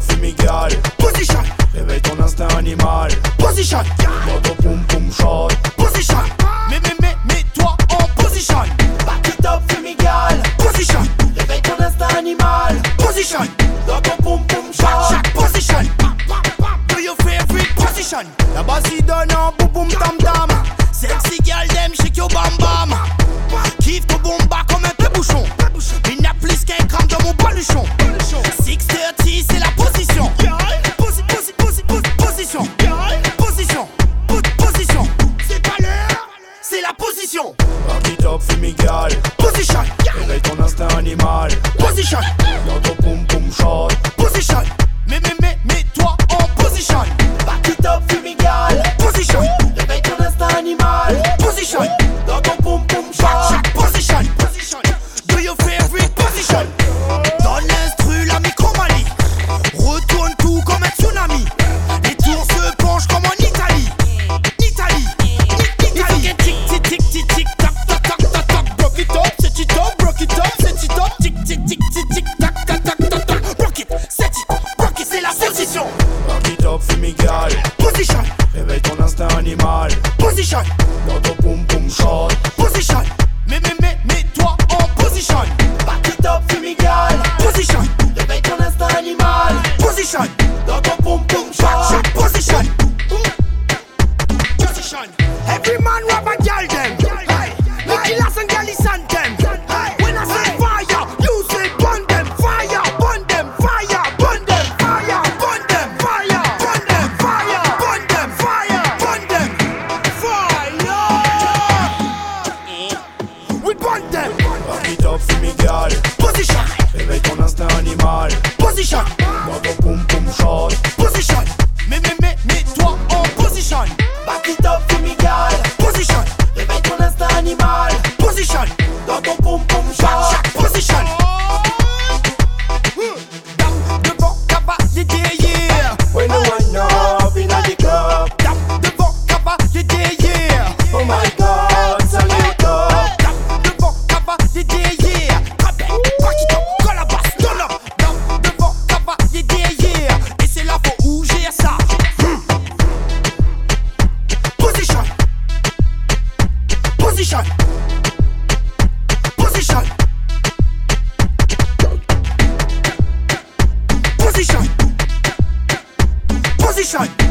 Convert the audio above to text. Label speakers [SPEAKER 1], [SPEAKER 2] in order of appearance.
[SPEAKER 1] fumigal
[SPEAKER 2] Pussy shot,
[SPEAKER 1] Réveille ton instinct animal
[SPEAKER 2] pussy shot,
[SPEAKER 1] Moto poum poum shot
[SPEAKER 2] pussy shot. Mais mais mais mais toi en position,
[SPEAKER 1] Back it up fumigal
[SPEAKER 2] pussy shot,
[SPEAKER 1] Réveille ton instinct animal
[SPEAKER 2] position.
[SPEAKER 1] Moto poum poum
[SPEAKER 2] Chaque
[SPEAKER 1] shot
[SPEAKER 2] chaque position. Do your favorite position. La basse donne en boum boum tam tam. Sexy girl them shake your bam bam. Kiffe ton bomba comme un tébouchon. Il n'a plus qu'un gramme dans mon baluchon. 630 c'est la position. Posi- posi- posi- posi- Position. Position. Po- Position. C'est pas l'heure, c'est la position.
[SPEAKER 1] Back it up fumigal
[SPEAKER 2] Position.
[SPEAKER 1] Réveille ton instinct animal
[SPEAKER 2] Position.
[SPEAKER 1] Moto poum poum shot
[SPEAKER 2] Position. Mais mais mais mais toi en position.
[SPEAKER 1] Back it up fumigal
[SPEAKER 2] Position.
[SPEAKER 1] Réveille ton instinct animal
[SPEAKER 2] Position.
[SPEAKER 1] Dans ton poum poum
[SPEAKER 2] Chaque,
[SPEAKER 1] shot
[SPEAKER 2] chaque position, position. Do your favorite position. Dans l'instru, la micromanie. Retourne tout comme un tsunami. Les tours se penchent comme en Italie. Italie, Ni- Italie. Tic, tic, tic, tic, tic, tac, tac, tac, tac, tac. Broke it up, set it up, broke it up, set it up. Tic, tic, tic, tic, tic, tac, tac, tac, tac, tac. Broke it, set it, broke it, c'est la position.
[SPEAKER 1] Back it up fumigal
[SPEAKER 2] Position,
[SPEAKER 1] Réveille ton instinct animal
[SPEAKER 2] position,
[SPEAKER 1] Moto poum poum shot
[SPEAKER 2] position. Mais, mais, mais, mais toi en position.
[SPEAKER 1] Back it up fumigal
[SPEAKER 2] Position,
[SPEAKER 1] Réveille ton instinct animal
[SPEAKER 2] position.
[SPEAKER 1] Dans ton poum poum
[SPEAKER 2] Chaque,
[SPEAKER 1] shot
[SPEAKER 2] chaque position. Position. Every man rob a girl them. Hey, the killers and girl is on them. Hey, when I say fire, you say burn them. Fire, burn them. Fire, burn them. Fire, burn them. Fire, burn them. Fire, burn them. Fire, burn them. Fire. We burn them.
[SPEAKER 1] Back it up fumigal
[SPEAKER 2] Position.
[SPEAKER 1] Réveille ton instinct animal
[SPEAKER 2] Position.
[SPEAKER 1] Moto poum poum shot
[SPEAKER 2] Position. Mais mais mais mais toi en position.
[SPEAKER 1] Back it up fumigal
[SPEAKER 2] Position.
[SPEAKER 1] Réveille ton instinct animal
[SPEAKER 2] Position.
[SPEAKER 1] Dans ton poum poum
[SPEAKER 2] Chaque,
[SPEAKER 1] shot
[SPEAKER 2] chaque position. Mmh. Dame devant cavalier, yeah.
[SPEAKER 1] When you wind up in the club
[SPEAKER 2] Dame devant cavalier, yeah.
[SPEAKER 1] Oh my god, salute up
[SPEAKER 2] Dame devant cavalier, yeah. Rappel, paquito, colabas, non, non. Dame devant cavalier, yeah. Et c'est là faut où j'ai ça. Hmm. Position. Position. Position. Position. Position.